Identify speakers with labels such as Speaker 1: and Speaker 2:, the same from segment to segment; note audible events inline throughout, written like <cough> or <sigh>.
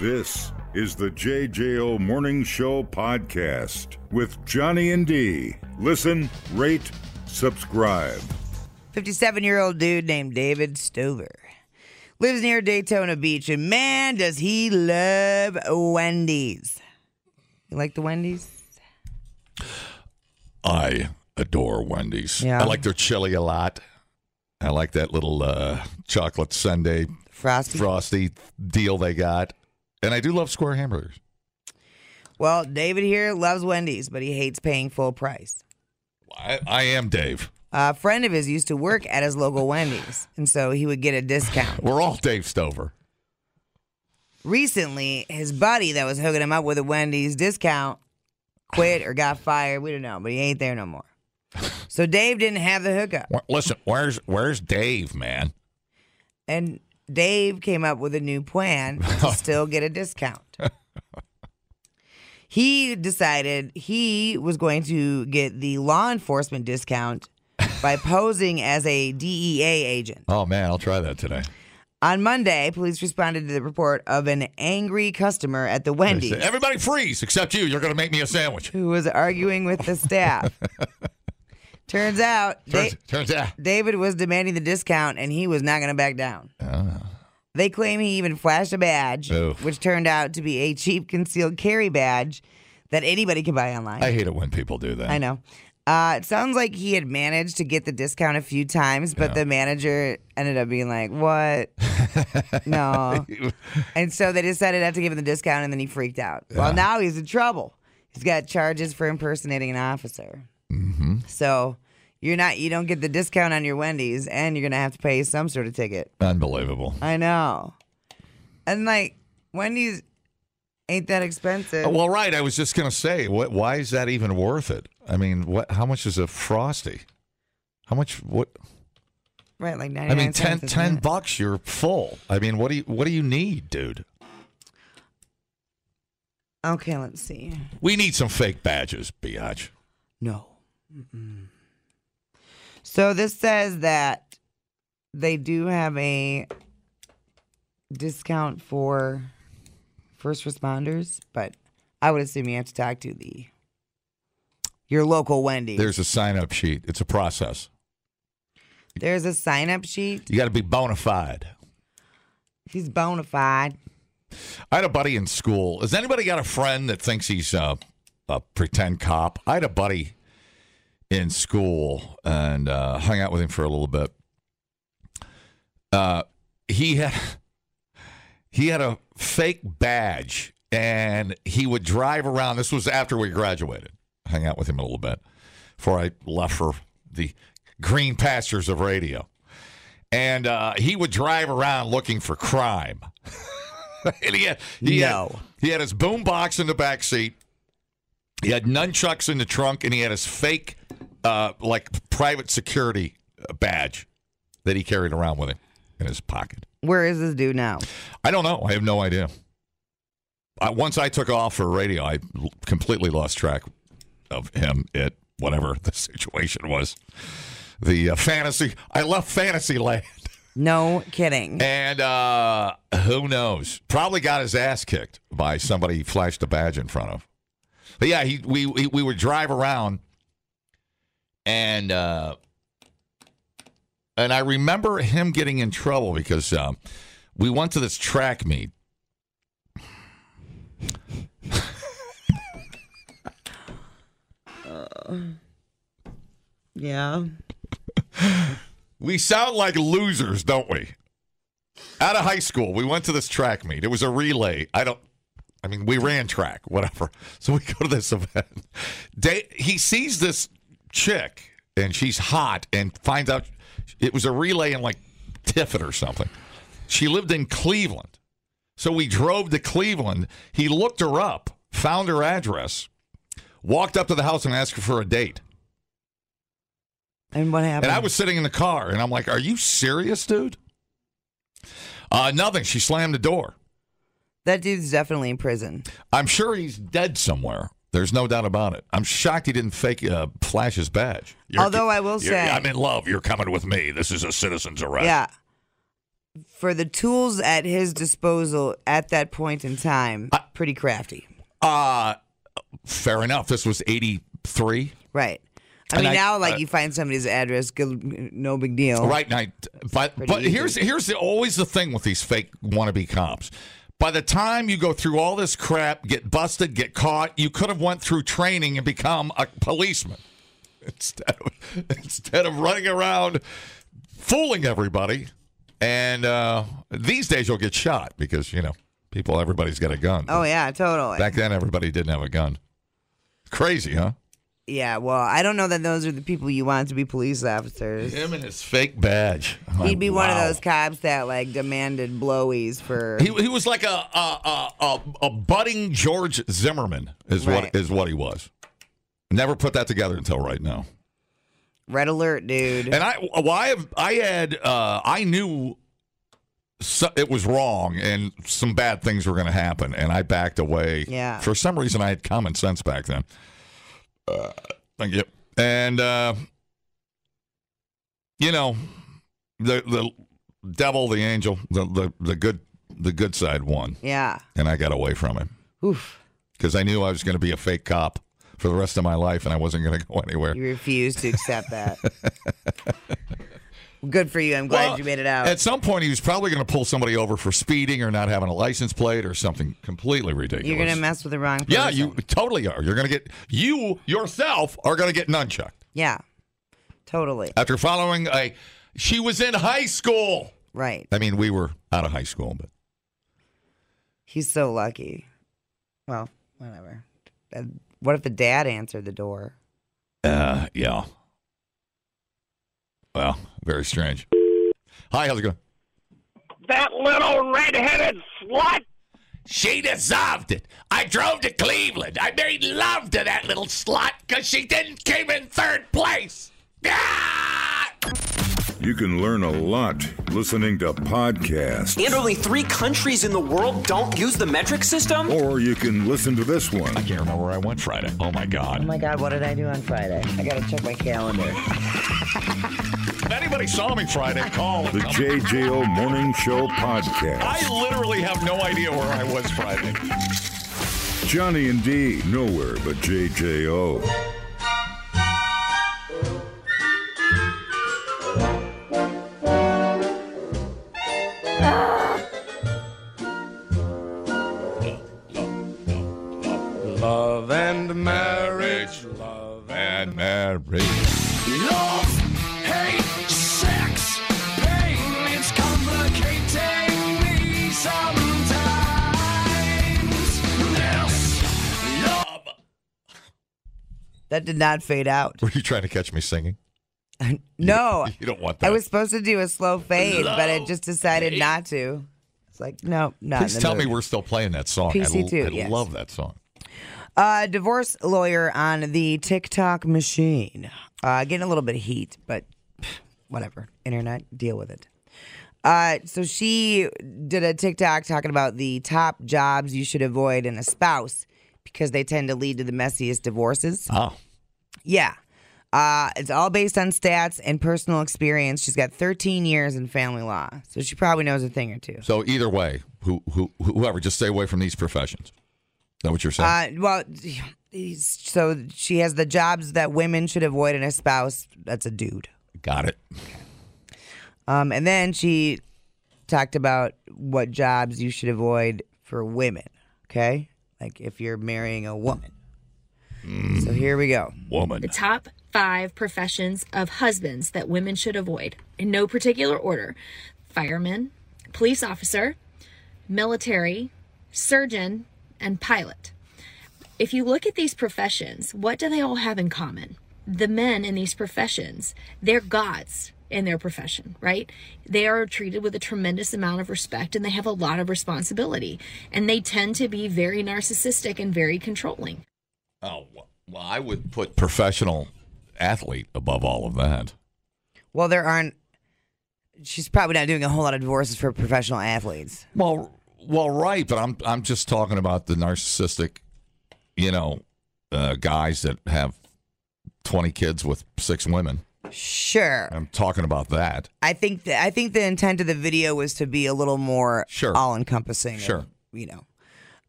Speaker 1: This is the JJO Morning Show podcast with Johnny and D. Listen, rate, subscribe.
Speaker 2: 57 year old dude named David Stover lives near Daytona Beach, and man, does he love Wendy's. You like the Wendy's?
Speaker 3: I adore Wendy's.
Speaker 2: Yeah.
Speaker 3: I like their chili a lot. I like that little uh, chocolate sundae
Speaker 2: Frosty?
Speaker 3: frosty deal they got. And I do love square hamburgers.
Speaker 2: well, David here loves Wendy's, but he hates paying full price.
Speaker 3: I, I am Dave.
Speaker 2: A friend of his used to work at his local Wendy's, and so he would get a discount.
Speaker 3: We're all Dave Stover.
Speaker 2: recently his buddy that was hooking him up with a Wendy's discount quit or got fired. We don't know, but he ain't there no more. So Dave didn't have the hookup.
Speaker 3: Wh- Listen, where's where's Dave, man?
Speaker 2: And Dave came up with a new plan to still get a discount. He decided he was going to get the law enforcement discount by posing as a DEA agent.
Speaker 3: Oh man, I'll try that today.
Speaker 2: On Monday, police responded to the report of an angry customer at the
Speaker 3: They
Speaker 2: Wendy's.
Speaker 3: say, Everybody freeze except you. You're gonna make me a sandwich.
Speaker 2: who was arguing with the staff. Turns out Da-
Speaker 3: Turns, turns out.
Speaker 2: David was demanding the discount and he was not going to back down. They claim he even flashed a badge,
Speaker 3: Oof.
Speaker 2: which turned out to be a cheap concealed carry badge that anybody can buy online.
Speaker 3: I hate it when people do that.
Speaker 2: I know. Uh, it sounds like he had managed to get the discount a few times, but the manager ended up being like, "What?
Speaker 3: <laughs>
Speaker 2: no." And so they decided not to give him the discount, and then he freaked out. Well, now he's in trouble. He's got charges for impersonating an officer. Mm-hmm. So you're not you don't get the discount on your Wendy's, and you're gonna have to pay some sort of ticket.
Speaker 3: Unbelievable.
Speaker 2: I know. And like Wendy's ain't that expensive.
Speaker 3: Uh, Well, right. I was just gonna say, what? Why is that even worth it? I mean, what? How much is a frosty? How much? What?
Speaker 2: right, like ninety
Speaker 3: I
Speaker 2: nine.
Speaker 3: mean, 10, 10 bucks. You're full. I mean, what do you? What do you need, dude?
Speaker 2: Okay, let's see.
Speaker 3: We need some fake badges, biatch.
Speaker 2: No. So this says that they do have a discount for first responders, but I would assume you have to talk to the your local Wendy. There's,
Speaker 3: There's a sign-up sheet. It's a process.
Speaker 2: a sign up sheet.
Speaker 3: You got to be bona fide.
Speaker 2: He's bona fide.
Speaker 3: I had a buddy in school. Has anybody got a friend that thinks he's a, a pretend cop? I had a buddy in school and uh, hung out with him for a little bit. Uh, he had he had a fake badge, and he would drive around. This was after we graduated. Hung out with him a little bit before I left for the green pastures of radio, and uh, he would drive around looking for crime. <laughs> and he had, he
Speaker 2: No.
Speaker 3: had, he had his boom box in the back seat. He had nunchucks in the trunk, and he had his fake, uh, like private security uh, badge that he carried around with him in his pocket.
Speaker 2: Where is this dude now?
Speaker 3: I don't know. I have no idea. I, once I took off for radio, I l- completely lost track of him. It whatever the <laughs> situation was, the uh, fantasy. I left fantasy land, <laughs>
Speaker 2: No kidding.
Speaker 3: and uh, who knows? Probably got his ass kicked by somebody he flashed a badge in front of. But yeah, he we we, we would drive around, and uh, and I remember him getting in trouble because um, we went to this track meet.
Speaker 2: Yeah.
Speaker 3: We sound like losers, don't we? Out of high school, we went to this track meet. It was a relay. I don't. I mean, we ran track, whatever. <laughs> So we go to this event. They, he sees this chick, and she's hot, and finds out it was a relay in like Tiffin or something. She lived in Cleveland. So we drove to Cleveland. He looked her up, found her address, walked up to the house and asked her for a date.
Speaker 2: And what happened?
Speaker 3: And I was sitting in the car, and I'm like, "Are you serious, dude?" Uh, nothing. She slammed the door.
Speaker 2: that dude's definitely in prison.
Speaker 3: I'm sure he's dead somewhere. There's no doubt about it. I'm shocked he didn't fake uh, flash his badge.
Speaker 2: Although I will
Speaker 3: you're-
Speaker 2: say-
Speaker 3: I'm in love. You're coming with me. This is a citizen's arrest.
Speaker 2: Yeah. for the tools at his disposal at that point in time, pretty crafty.
Speaker 3: Uh fair enough. This was 83.
Speaker 2: Right. I
Speaker 3: And
Speaker 2: mean,
Speaker 3: I-
Speaker 2: now like
Speaker 3: uh,
Speaker 2: you find somebody's address, good, no big deal.
Speaker 3: Right now, but
Speaker 2: Pretty
Speaker 3: but
Speaker 2: easy.
Speaker 3: here's here's the, always the thing with these fake wannabe cops. By the time you go through all this crap, get busted, get caught, you could have went through training and become a policeman <laughs> instead of <laughs> instead of running around fooling everybody. And uh, these days, you'll get shot because you know people. Everybody's got a gun.
Speaker 2: Oh yeah, totally.
Speaker 3: Back then, everybody didn't have a gun. Crazy, huh?
Speaker 2: yeah. Well, I don't know that those are the people you want to be police officers.
Speaker 3: Him and his fake badge.
Speaker 2: He'd be one of
Speaker 3: Wow.
Speaker 2: those cops that like demanded blowies for.
Speaker 3: He, he was like a a, a a a budding George Zimmerman is
Speaker 2: Right.
Speaker 3: what is what he was. Never put that together until right now.
Speaker 2: Red alert, dude.
Speaker 3: And I well, I have I had uh, I knew so, it was wrong and some bad things were going to happen and I backed away.
Speaker 2: Yeah.
Speaker 3: For some reason I had common sense back then. Uh, thank you. And uh, you know the the devil, the angel, the, the the good the good side won
Speaker 2: Yeah.
Speaker 3: and I got away from him.
Speaker 2: Oof.
Speaker 3: because I knew I was going to be a fake cop for the rest of my life, and I wasn't going to go anywhere.
Speaker 2: You refuse to accept
Speaker 3: <laughs>
Speaker 2: that. Good for you. I'm glad
Speaker 3: Well,
Speaker 2: you made it out.
Speaker 3: At some point, he was probably going to pull somebody over for speeding or not having a license plate or something completely ridiculous.
Speaker 2: You're gonna mess with the wrong person.
Speaker 3: yeah, you totally are. You're going to get you yourself are going to get nunchucked
Speaker 2: Yeah. Totally.
Speaker 3: after following a. She was in high school.
Speaker 2: Right.
Speaker 3: I mean, we were out of high school, but
Speaker 2: He's so lucky. Well, whatever. Uh, What if the dad answered the door?
Speaker 3: uh, yeah. Well, very strange. Hi, how's it going?
Speaker 4: that little red-headed slut.
Speaker 3: She deserved it. I drove to Cleveland. I made love to that little slut because she didn't came in third place. Ah!
Speaker 1: You can learn a lot listening to podcasts,
Speaker 5: And only three countries in the world don't use the metric system?
Speaker 1: or you can listen to this one.
Speaker 3: I can't remember where I went Friday. Oh my God.
Speaker 2: my God, what did I do on Friday? I gotta check my calendar.
Speaker 3: If anybody saw me Friday, call.
Speaker 1: The JJO Morning Show podcast.
Speaker 3: I literally have no idea where I was Friday.
Speaker 1: Johnny and D, nowhere but JJO.
Speaker 6: Love and marriage, love and
Speaker 3: And Mary.
Speaker 7: Love, hate, sex, pain, it's complicating me sometimes. This love.
Speaker 2: That did not fade out.
Speaker 3: Were <laughs> you trying to catch me singing?
Speaker 2: No.
Speaker 3: You don't want that.
Speaker 2: I was supposed to do a slow fade, but I just decided not to. It's like, no, not in
Speaker 3: Please
Speaker 2: the
Speaker 3: tell me
Speaker 2: mood.
Speaker 3: we're still playing that song. I,
Speaker 2: PC2,
Speaker 3: I
Speaker 2: yes.
Speaker 3: love that song.
Speaker 2: Uh, divorce lawyer on the TikTok machine. Uh, getting a little bit of heat, but pff, whatever. Internet, deal with it. Uh, so she did a TikTok talking about the top jobs you should avoid in a spouse because they tend to lead to the messiest divorces.
Speaker 3: Oh.
Speaker 2: Yeah. Uh, it's all based on stats and personal experience. She's got 13 years in family law, so she probably knows a thing or two.
Speaker 3: So either way, who, who, whoever, just stay away from these professions. Is that what you're saying?
Speaker 2: Uh, well, so she has the jobs that women should avoid in a spouse. That's a dude.
Speaker 3: Got it.
Speaker 2: Um, and then she talked about what jobs you should avoid for women. Okay, like if you're marrying a woman. So here we go.
Speaker 3: Woman.
Speaker 8: the top five professions of husbands that women should avoid in no particular order fireman, police officer, military, surgeon, and pilot. If you look at these professions, what do they all have in common? The men in these professions, they're gods in their profession, right? They are treated with a tremendous amount of respect and they have a lot of responsibility. And they tend to be very narcissistic and very controlling.
Speaker 3: Oh, wh- well, I would put professional athlete above all of that.
Speaker 2: Well, there aren't. She's probably not doing a whole lot of divorces for professional athletes.
Speaker 3: Well, well, right, but I'm I'm just talking about the narcissistic, you know, uh, guys that have twenty kids with six women.
Speaker 2: Sure.
Speaker 3: I'm talking about that.
Speaker 2: I think that I think the intent of the video was to be a little more
Speaker 3: Sure.
Speaker 2: all encompassing.
Speaker 3: Sure.
Speaker 2: You know.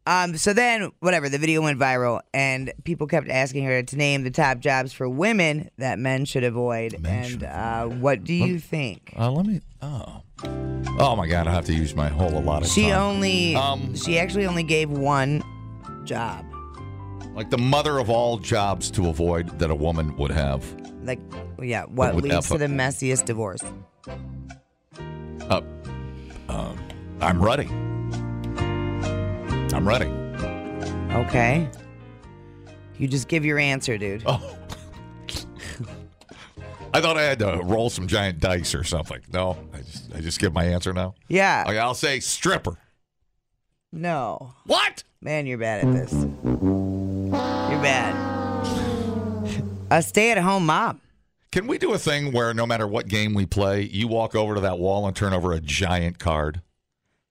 Speaker 2: Um, so then whatever, the video went viral and people kept asking her to name the top jobs for women that men should avoid. and uh, what do you think?
Speaker 3: Uh, let me. Oh. Oh my God! I have to use my whole allotted
Speaker 2: She
Speaker 3: time.
Speaker 2: only
Speaker 3: Um,
Speaker 2: she actually only gave one job.
Speaker 3: like the mother of all jobs to avoid that a woman would have.
Speaker 2: Like yeah, what
Speaker 3: Would
Speaker 2: leads
Speaker 3: F-
Speaker 2: to the messiest divorce?
Speaker 3: Uh, um, I'm ready. I'm ready.
Speaker 2: Okay. You just give your answer, dude.
Speaker 3: Oh. <laughs> I thought I had to roll some giant dice or something. No, I just I just give my answer now.
Speaker 2: Yeah.
Speaker 3: Okay, I'll say stripper.
Speaker 2: No.
Speaker 3: What?
Speaker 2: Man, you're bad at this. You're bad. A stay at home mom.
Speaker 3: Can we do a thing where no matter what game we play, you walk over to that wall and turn over a giant card?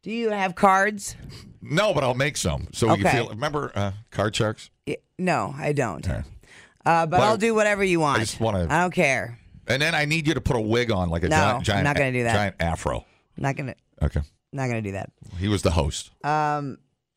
Speaker 2: Do you have cards?
Speaker 3: No, but I'll make some so we
Speaker 2: Okay.
Speaker 3: can feel. Remember uh, card sharks?
Speaker 2: Y- No, I don't.
Speaker 3: Okay.
Speaker 2: Uh, but
Speaker 3: Well,
Speaker 2: I'll do whatever you want.
Speaker 3: just wanna-
Speaker 2: I don't care.
Speaker 3: And then I need you to put a wig on like a
Speaker 2: No,
Speaker 3: giant,
Speaker 2: I'm
Speaker 3: giant,
Speaker 2: not gonna do that.
Speaker 3: giant afro.
Speaker 2: I'm not gonna.
Speaker 3: Okay,
Speaker 2: Not gonna do that.
Speaker 3: he was the host.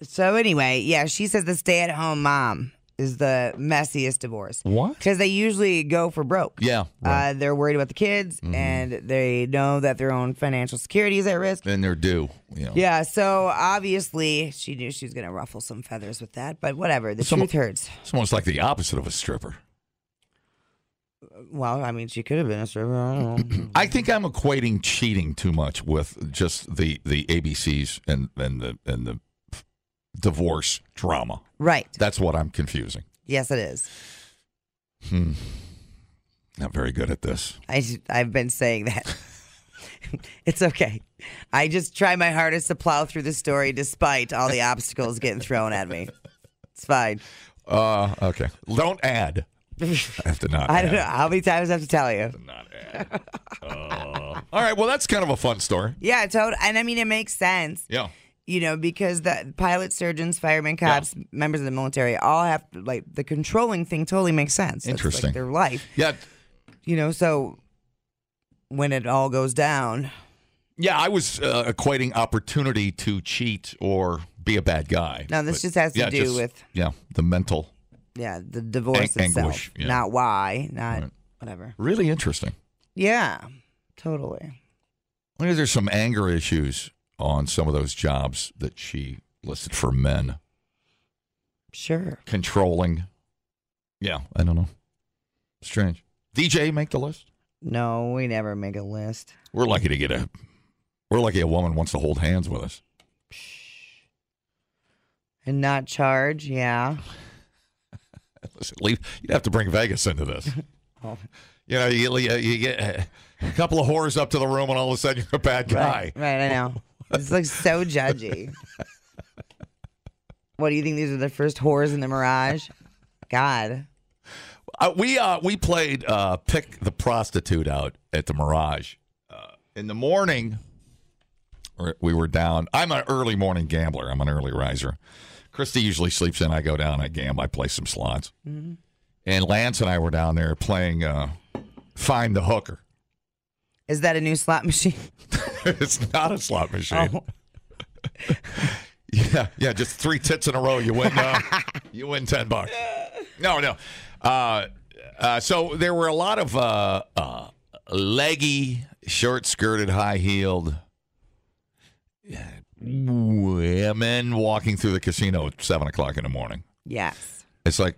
Speaker 2: So anyway, yeah, she says the stay at home mom is the messiest divorce.
Speaker 3: What?
Speaker 2: Because they usually go for broke.
Speaker 3: Yeah, right. Mm-hmm.
Speaker 2: Uh, they're worried about the kids, and they know that their own financial security is at risk.
Speaker 3: And they're due. You know.
Speaker 2: Yeah, so obviously she knew she was going to ruffle some feathers with that, but whatever. The
Speaker 3: Some-
Speaker 2: truth hurts.
Speaker 3: It's almost like the opposite of a stripper.
Speaker 2: Well, I mean, she could have been a stripper. I don't know.
Speaker 3: I think I'm equating cheating too much with just the the ABCs and and the and the divorce drama.
Speaker 2: <clears throat> right.
Speaker 3: That's what I'm confusing.
Speaker 2: Yes, it is.
Speaker 3: Not very good at this.
Speaker 2: I, I've been saying that. <laughs> it's okay. I just try my hardest to plow through the story despite all the obstacles getting thrown at me. It's fine.
Speaker 3: Uh, okay. Don't add. I have to
Speaker 2: <laughs>
Speaker 3: not.
Speaker 2: I don't know
Speaker 3: add.
Speaker 2: how many times I have to tell you.
Speaker 3: Not add. Uh, all right. Well, that's kind of a fun story.
Speaker 2: Yeah, totally. And I mean, it makes sense.
Speaker 3: Yeah.
Speaker 2: you know, because the pilot, surgeons, firemen, cops, members of the military all have to, like the controlling thing totally makes sense. That's, like,
Speaker 3: Interesting.
Speaker 2: their life,
Speaker 3: Yeah.
Speaker 2: you know. So when it all goes down,
Speaker 3: Yeah. I was uh, equating opportunity to cheat or be a bad guy.
Speaker 2: No, this just has to
Speaker 3: yeah,
Speaker 2: do
Speaker 3: just-
Speaker 2: with-
Speaker 3: yeah the mental.
Speaker 2: yeah, the divorce
Speaker 3: An-
Speaker 2: itself,
Speaker 3: anguish, yeah.
Speaker 2: not why, not
Speaker 3: Right.
Speaker 2: whatever.
Speaker 3: Really interesting.
Speaker 2: Yeah, totally.
Speaker 3: I think there's some anger issues on some of those jobs that she listed for men.
Speaker 2: Sure.
Speaker 3: Controlling. Yeah, I don't know. Strange. DJ make the list.
Speaker 2: No, we never make a list.
Speaker 3: We're lucky to get a. We're lucky a woman wants to hold hands with us.
Speaker 2: And not charge, yeah.
Speaker 3: Listen, leave. You'd have to bring Vegas into this. You know, you, you you get a couple of whores up to the room, and all of a sudden you're a bad guy.
Speaker 2: Right, right, I know. This looks so
Speaker 3: <laughs>
Speaker 2: judgy. what do you think? These are the first whores in the Mirage? God.
Speaker 3: Uh, we uh, we played uh, pick the prostitute out at the Mirage uh, in the morning. we're- We were down. I'm an early morning gambler. I'm an early riser. Christy usually sleeps in. I go down. I gamble. I play some slots. And Lance and I were down there playing uh, Find the Hooker.
Speaker 2: Is that a new slot <laughs> machine?
Speaker 3: <laughs> it's not a slot machine.
Speaker 2: Oh.
Speaker 3: <laughs> Yeah, yeah, just three tits in a row. You win.
Speaker 2: <laughs>
Speaker 3: Uh, you win ten bucks. No, no. Uh, uh, so there were a lot of uh, uh, leggy, short-skirted, high-heeled women walking through the casino at seven o'clock in the morning.
Speaker 2: Yes.
Speaker 3: It's like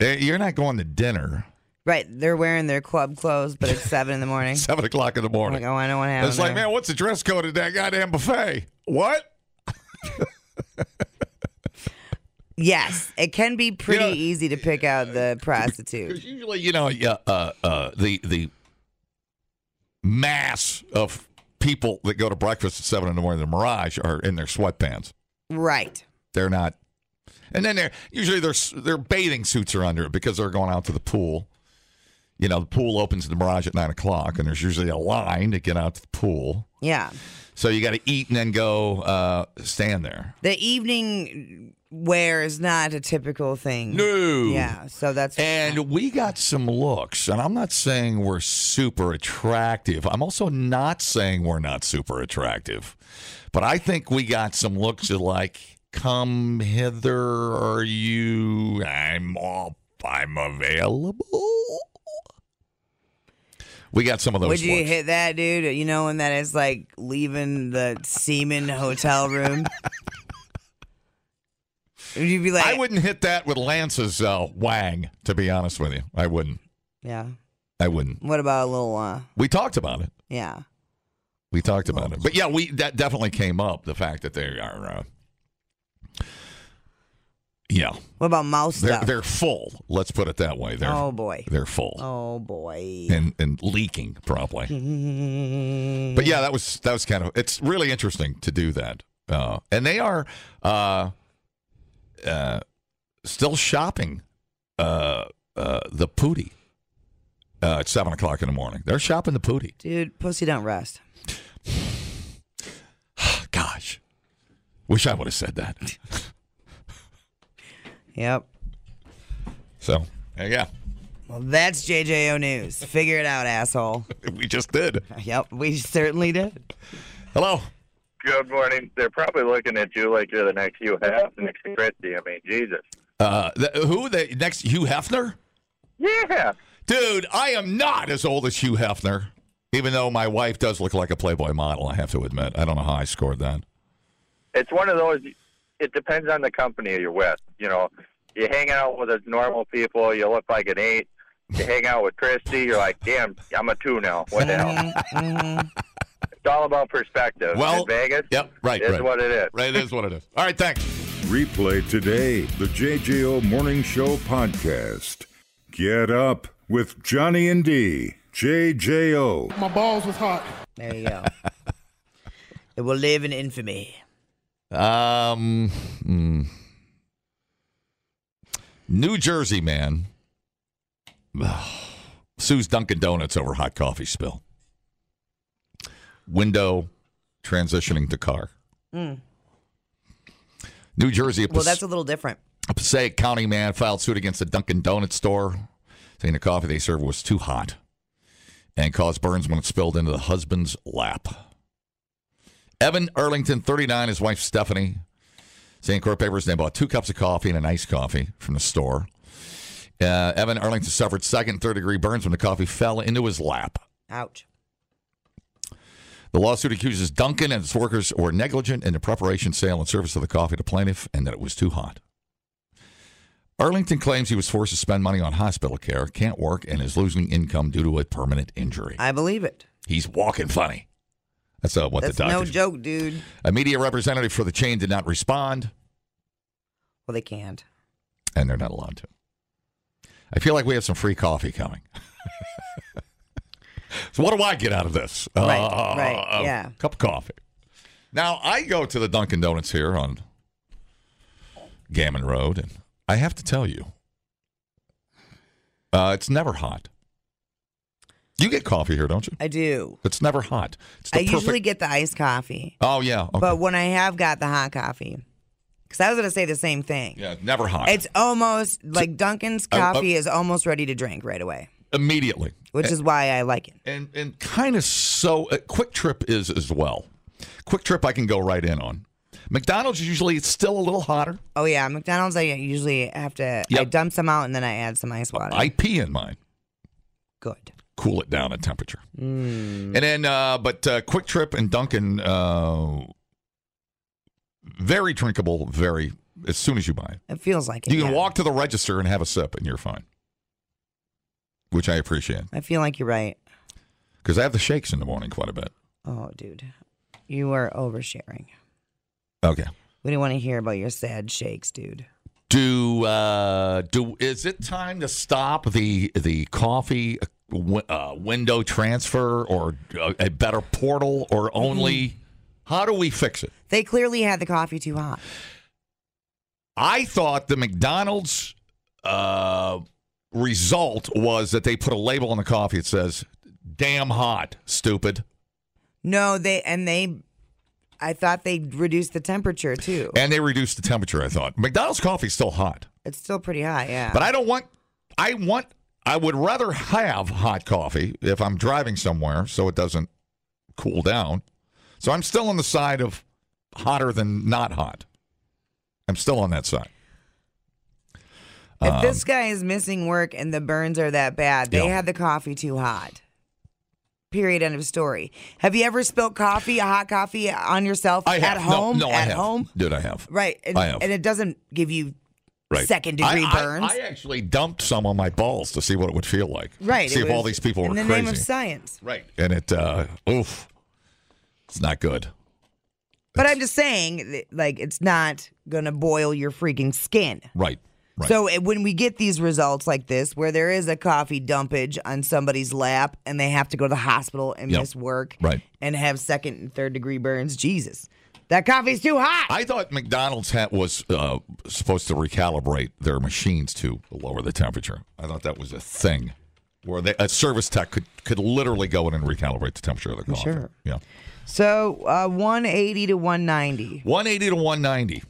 Speaker 3: eh, you're not going to dinner
Speaker 2: Right. They're wearing their club clothes, but it's seven in the morning.
Speaker 3: seven o'clock in the
Speaker 2: I'm like,
Speaker 3: <laughs> morning.
Speaker 2: oh, I know what happened.
Speaker 3: It's like, man, what's the dress code at that goddamn buffet? What?
Speaker 2: Yes. It can be pretty
Speaker 3: You know-
Speaker 2: easy to pick out
Speaker 3: <laughs>
Speaker 2: the prostitute.
Speaker 3: Because usually, you know, yeah, uh, uh, the the mass of people that go to breakfast at seven in the morning, the Mirage, are in their sweatpants.
Speaker 2: Right.
Speaker 3: They're not, and then they're usually their s- their bathing suits are under it because they're going out to the pool. You know, the pool opens in the Mirage at nine o'clock, and there's usually a line to get out to the pool.
Speaker 2: Yeah.
Speaker 3: So you got to eat and then go uh, stand there.
Speaker 2: The evening wear is not a typical thing.
Speaker 3: No.
Speaker 2: Yeah. So that's
Speaker 3: And we got some looks, and I'm not saying we're super attractive. I'm also not saying we're not super attractive, but I think we got some looks of like, "Come hither, are you? I'm up. I'm available." We got some of those.
Speaker 2: Would you
Speaker 3: looks.
Speaker 2: hit that dude? You know, when that is like leaving the semen hotel room.
Speaker 3: <laughs>
Speaker 2: Would you be like,
Speaker 3: I wouldn't hit that with Lance's uh, wang. To be honest with you, I wouldn't.
Speaker 2: yeah?
Speaker 3: I wouldn't.
Speaker 2: What about a little, uh,
Speaker 3: We talked about it.
Speaker 2: yeah?
Speaker 3: We talked about it, but yeah, we that definitely came up the fact that they are, uh, yeah,
Speaker 2: What about mouse
Speaker 3: they're
Speaker 2: stuff?
Speaker 3: they're full. Let's put it that way. They're
Speaker 2: oh boy.
Speaker 3: they're full
Speaker 2: Oh boy.
Speaker 3: and and leaking probably. but yeah, that was that was kind of it's really interesting to do that, uh, and they are uh, uh, still shopping uh, uh, the pootie uh, at seven o'clock in the morning. They're shopping the pootie.
Speaker 2: Dude, pussy don't rest.
Speaker 3: Gosh, wish I would have said that.
Speaker 2: Yep.
Speaker 3: So there you go.
Speaker 2: Well, that's JJO news. Figure it out, asshole. <laughs>
Speaker 3: <laughs> We just did.
Speaker 2: Yep, we certainly did.
Speaker 3: Hello.
Speaker 9: Good morning. They're probably looking at you like you're the next Hugh Hefner, Christie. I mean, Jesus.
Speaker 3: Uh, th- who the next Hugh Hefner?
Speaker 9: Yeah.
Speaker 3: Dude, I am not as old as Hugh Hefner. Even though my wife does look like a Playboy model, I have to admit. I don't know how I scored that.
Speaker 9: It's one of those, it depends on the company you're with. You know, you hang out with the normal people, you look like an eight. You hang out with Christie, you're like, damn, I'm a two now. What the hell? It's all about perspective.
Speaker 3: Mm-hmm. Well,
Speaker 9: In Vegas,
Speaker 3: Yep, right,
Speaker 9: is
Speaker 3: right.
Speaker 9: what it is.
Speaker 3: Right, it is what it is. All right, thanks.
Speaker 1: Replay today the JJO Morning Show podcast. Get up with Johnny and D. JJO.
Speaker 2: There you
Speaker 3: <laughs>
Speaker 2: go. it will live in infamy.
Speaker 3: Um, hmm. New Jersey man <sighs> sues Dunkin' Donuts over hot coffee spill. Window transitioning to car. New Jersey. a
Speaker 2: Mm. Well, that's a little different.
Speaker 3: A Passaic County man filed suit against a Dunkin' Donuts store, saying the coffee they served was too hot and caused burns when it spilled into the husband's lap. Evan Erlington, 39, his wife Stephanie, saying court papers they bought two cups of coffee and an iced coffee from the store. Uh, Evan Erlington suffered second and third degree burns when the coffee fell into his lap.
Speaker 2: Ouch.
Speaker 3: The lawsuit accuses Duncan and its workers were negligent in the preparation, sale, and service of the coffee to plaintiff and that it was too hot. Arlington claims he was forced to spend money on hospital care, can't work, and is losing income due to a permanent injury.
Speaker 2: I believe it.
Speaker 3: He's walking funny. That's uh, what
Speaker 2: that's
Speaker 3: the doctor.
Speaker 2: no joke, dude.
Speaker 3: A media representative for the chain did not respond,
Speaker 2: Well, they can't.
Speaker 3: and they're not allowed to. I feel like we have some free coffee coming. <laughs> so what do I get out of this? Uh,
Speaker 2: Right, right,
Speaker 3: a
Speaker 2: yeah.
Speaker 3: Cup of coffee. Now I go to the Dunkin' Donuts here on Gammon Road, and I have to tell you, uh, it's never hot. You get coffee here, don't you?
Speaker 2: I do.
Speaker 3: It's never hot. It's the
Speaker 2: I usually
Speaker 3: perfect-
Speaker 2: get the iced coffee,
Speaker 3: Oh yeah. Okay.
Speaker 2: but when I have got the hot coffee, because I was going to say the same thing.
Speaker 3: yeah, never hot.
Speaker 2: It's almost like Duncan's
Speaker 3: Oh, oh.
Speaker 2: coffee is almost ready to drink right away,
Speaker 3: immediately.
Speaker 2: which is why I like it.
Speaker 3: and and kind of so uh, quick trip is as well quick trip i can go right in on mcdonald's is usually it's still a little hotter
Speaker 2: Oh yeah, McDonald's. I usually have to. I
Speaker 3: Yep.
Speaker 2: dump some out and then I add some ice water.
Speaker 3: i pee in mine
Speaker 2: Good.
Speaker 3: cool it down in temperature and then uh but uh, quick trip and duncan uh very drinkable very as soon as you buy it
Speaker 2: It feels like it.
Speaker 3: you can
Speaker 2: yeah.
Speaker 3: walk to the register and have a sip and you're fine which i appreciate
Speaker 2: I feel like you're right.
Speaker 3: because i have the shakes in the morning quite a bit
Speaker 2: Oh, dude, you are oversharing.
Speaker 3: okay
Speaker 2: We don't want to hear about your sad shakes, dude.
Speaker 3: Do uh, do is it time to stop the the coffee wi- uh, window transfer or a, a better portal or only? How do we fix it?
Speaker 2: They clearly had the coffee too hot.
Speaker 3: I thought the McDonald's uh, result was that they put a label on the coffee that says "damn hot, stupid."
Speaker 2: No, they and they. I thought they reduced the temperature too.
Speaker 3: And they reduced the temperature, I thought. McDonald's coffee's still hot.
Speaker 2: It's still pretty hot, yeah.
Speaker 3: But I don't want I want I would rather have hot coffee if I'm driving somewhere so it doesn't cool down. So I'm still on the side of hotter than not hot. I'm still on that side.
Speaker 2: if this guy is missing work and the burns are that bad, they
Speaker 3: Um, Yeah.
Speaker 2: had the coffee too hot. Period. End of story. Have you ever spilled coffee, hot coffee, on yourself
Speaker 3: I have
Speaker 2: at home?
Speaker 3: No, no,
Speaker 2: at
Speaker 3: I have.
Speaker 2: home,
Speaker 3: Dude, I have.
Speaker 2: right? And,
Speaker 3: I have.
Speaker 2: and it doesn't give you
Speaker 3: Right.
Speaker 2: second
Speaker 3: I-
Speaker 2: degree
Speaker 3: I-
Speaker 2: burns.
Speaker 3: I, actually dumped some on my balls to see what it would feel like.
Speaker 2: right.
Speaker 3: See
Speaker 2: it
Speaker 3: if all
Speaker 2: was
Speaker 3: these people were
Speaker 2: in the
Speaker 3: crazy.
Speaker 2: name of science.
Speaker 3: Right. And it, uh, oof, it's not good.
Speaker 2: But I'm just saying, that, like, it's not gonna boil your freaking skin.
Speaker 3: Right. Right.
Speaker 2: So it- when we get these results like this, where there is a coffee dumpage on somebody's lap and they have to go to the hospital and
Speaker 3: Yep.
Speaker 2: miss work
Speaker 3: Right.
Speaker 2: and have second and third degree burns, Jesus, that coffee's too hot.
Speaker 3: I thought McDonald's hat was uh, supposed to recalibrate their machines to lower the temperature. I thought that was a thing where they, a service tech could, could literally go in and recalibrate the temperature of the coffee.
Speaker 2: Sure.
Speaker 3: Yeah.
Speaker 2: so uh, 180 to 190.
Speaker 3: 180 to 190.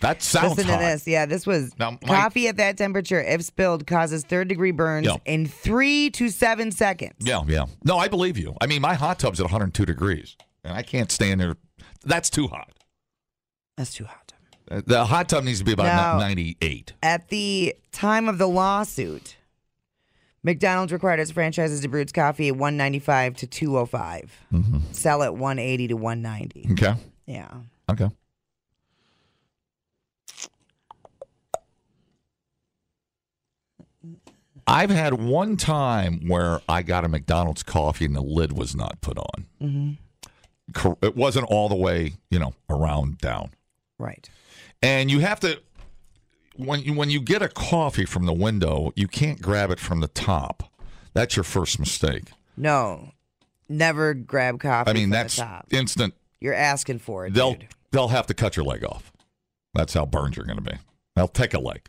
Speaker 3: That sounds
Speaker 2: Listen
Speaker 3: hot.
Speaker 2: to this. Yeah, this was
Speaker 3: Now, my-
Speaker 2: coffee at that temperature, if spilled, causes third degree burns
Speaker 3: Yeah.
Speaker 2: in three to seven seconds.
Speaker 3: Yeah, yeah. No, I believe you. I mean, my hot tub's at 102 degrees, and I can't stand there. That's too hot.
Speaker 2: That's too hot.
Speaker 3: Uh, The hot tub needs to be about
Speaker 2: No.
Speaker 3: 98.
Speaker 2: At the time of the lawsuit, McDonald's required its franchises to brew its coffee at 195 to 205.
Speaker 3: Mm-hmm.
Speaker 2: Sell at 180 to 190.
Speaker 3: Okay.
Speaker 2: Yeah.
Speaker 3: Okay. I've had one time where I got a McDonald's coffee and the lid was not put on.
Speaker 2: Mm-hmm.
Speaker 3: Cor- It wasn't all the way, you know, around down.
Speaker 2: Right.
Speaker 3: And you have to when you, when you get a coffee from the window, you can't grab it from the top. That's your first mistake.
Speaker 2: No. Never grab coffee.
Speaker 3: I mean,
Speaker 2: from
Speaker 3: that's
Speaker 2: the top.
Speaker 3: instant
Speaker 2: You're asking for it.
Speaker 3: they'll
Speaker 2: dude.
Speaker 3: they'll have to cut your leg off. That's how burned you're going to be. They'll take a leg.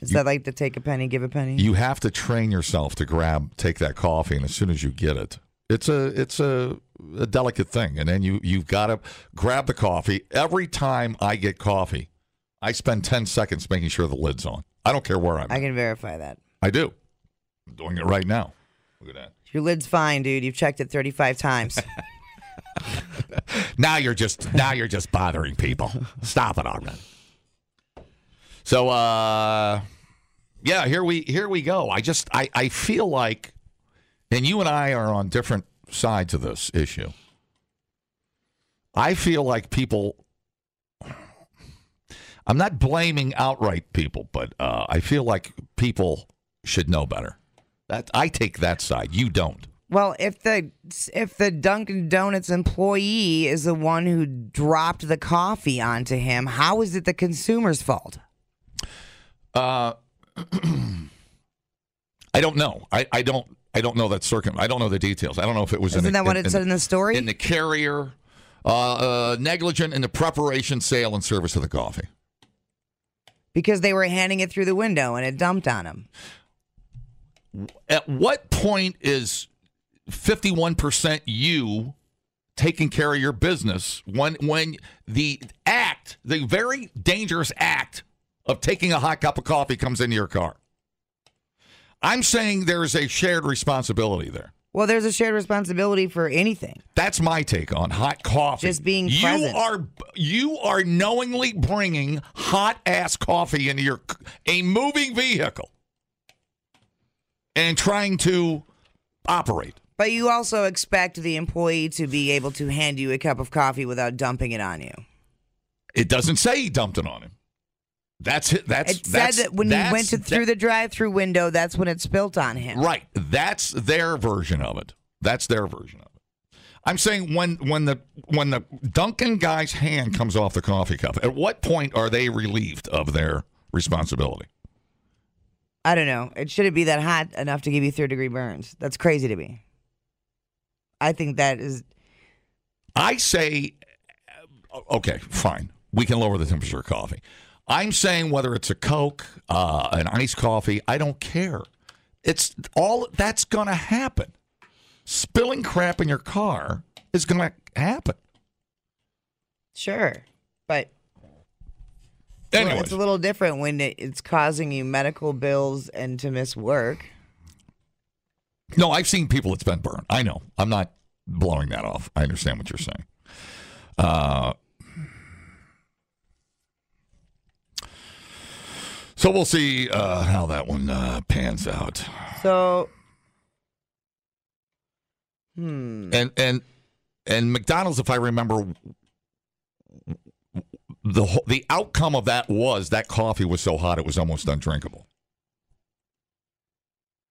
Speaker 2: Is
Speaker 3: you-
Speaker 2: that like to take a penny, give a penny?
Speaker 3: You have to train yourself to grab, take that coffee, and as soon as you get it, it's a it's a, a delicate thing. And then you you've got to grab the coffee. Every time I get coffee, I spend ten seconds making sure the lid's on. I don't care where I'm.
Speaker 2: I
Speaker 3: at.
Speaker 2: can verify that.
Speaker 3: I do. I'm doing it right now. Look at
Speaker 2: Your lid's fine, dude. You've checked it 35
Speaker 3: <laughs>
Speaker 2: times.
Speaker 3: that. Now you're just now you're just bothering people. Stop it, Armin. So uh yeah, here we here we go. I just I I feel like and you and I are on different sides of this issue. I feel like people I'm not blaming outright people, but uh, I feel like people should know better. That I take that side. You don't.
Speaker 2: Well, if the if the Dunkin' Donuts employee is the one who dropped the coffee onto him, how is it the consumer's fault?
Speaker 3: Uh, <clears throat> I don't know. I, I don't. I don't know that circum. I don't know the details. I don't know if it was. in
Speaker 2: Isn't
Speaker 3: the,
Speaker 2: that what it said in the story?
Speaker 3: In the carrier, uh, uh, negligent in the preparation, sale, and service of the coffee.
Speaker 2: Because they were handing it through the window and it dumped on him.
Speaker 3: At what point is fifty-one percent you taking care of your business when when the act, the very dangerous act of taking a hot cup of coffee comes into your car? I'm saying there's a shared responsibility there.
Speaker 2: Well, there's a shared responsibility for anything.
Speaker 3: That's my take on hot coffee.
Speaker 2: Just being
Speaker 3: you
Speaker 2: present.
Speaker 3: are you are knowingly bringing hot ass coffee into your c- a moving vehicle and trying to operate.
Speaker 2: But you also expect the employee to be able to hand you a cup of coffee without dumping it on you.
Speaker 3: It doesn't say he dumped it on him. That's it. That's
Speaker 2: It said
Speaker 3: that's,
Speaker 2: that when he
Speaker 3: that's-
Speaker 2: went to, through the drive-through window, that's when it spilt on him.
Speaker 3: Right. That's their version of it. That's their version of it. I'm saying when when the when the Duncan guy's hand comes off the coffee cup, at what point are they relieved of their responsibility?
Speaker 2: I don't know. It shouldn't be that hot enough to give you third degree burns. That's crazy to me. I think that is
Speaker 3: I say, uh, okay, fine. We can lower the temperature of coffee. I'm saying whether it's a Coke, uh, an iced coffee, I don't care. It's all that's going to happen. spilling crap in your car is going to happen.
Speaker 2: Sure, but well,
Speaker 3: Anyway,
Speaker 2: it's a little different when it, it's causing you medical bills and to miss work.
Speaker 3: no, I've seen people that's been burned. I know. I'm not blowing that off. I understand what you're saying. Uh, so we'll see uh, how that one uh, pans out.
Speaker 2: So
Speaker 3: and and and McDonald's, if I remember, the whole- the outcome of that was that coffee was so hot it was almost undrinkable.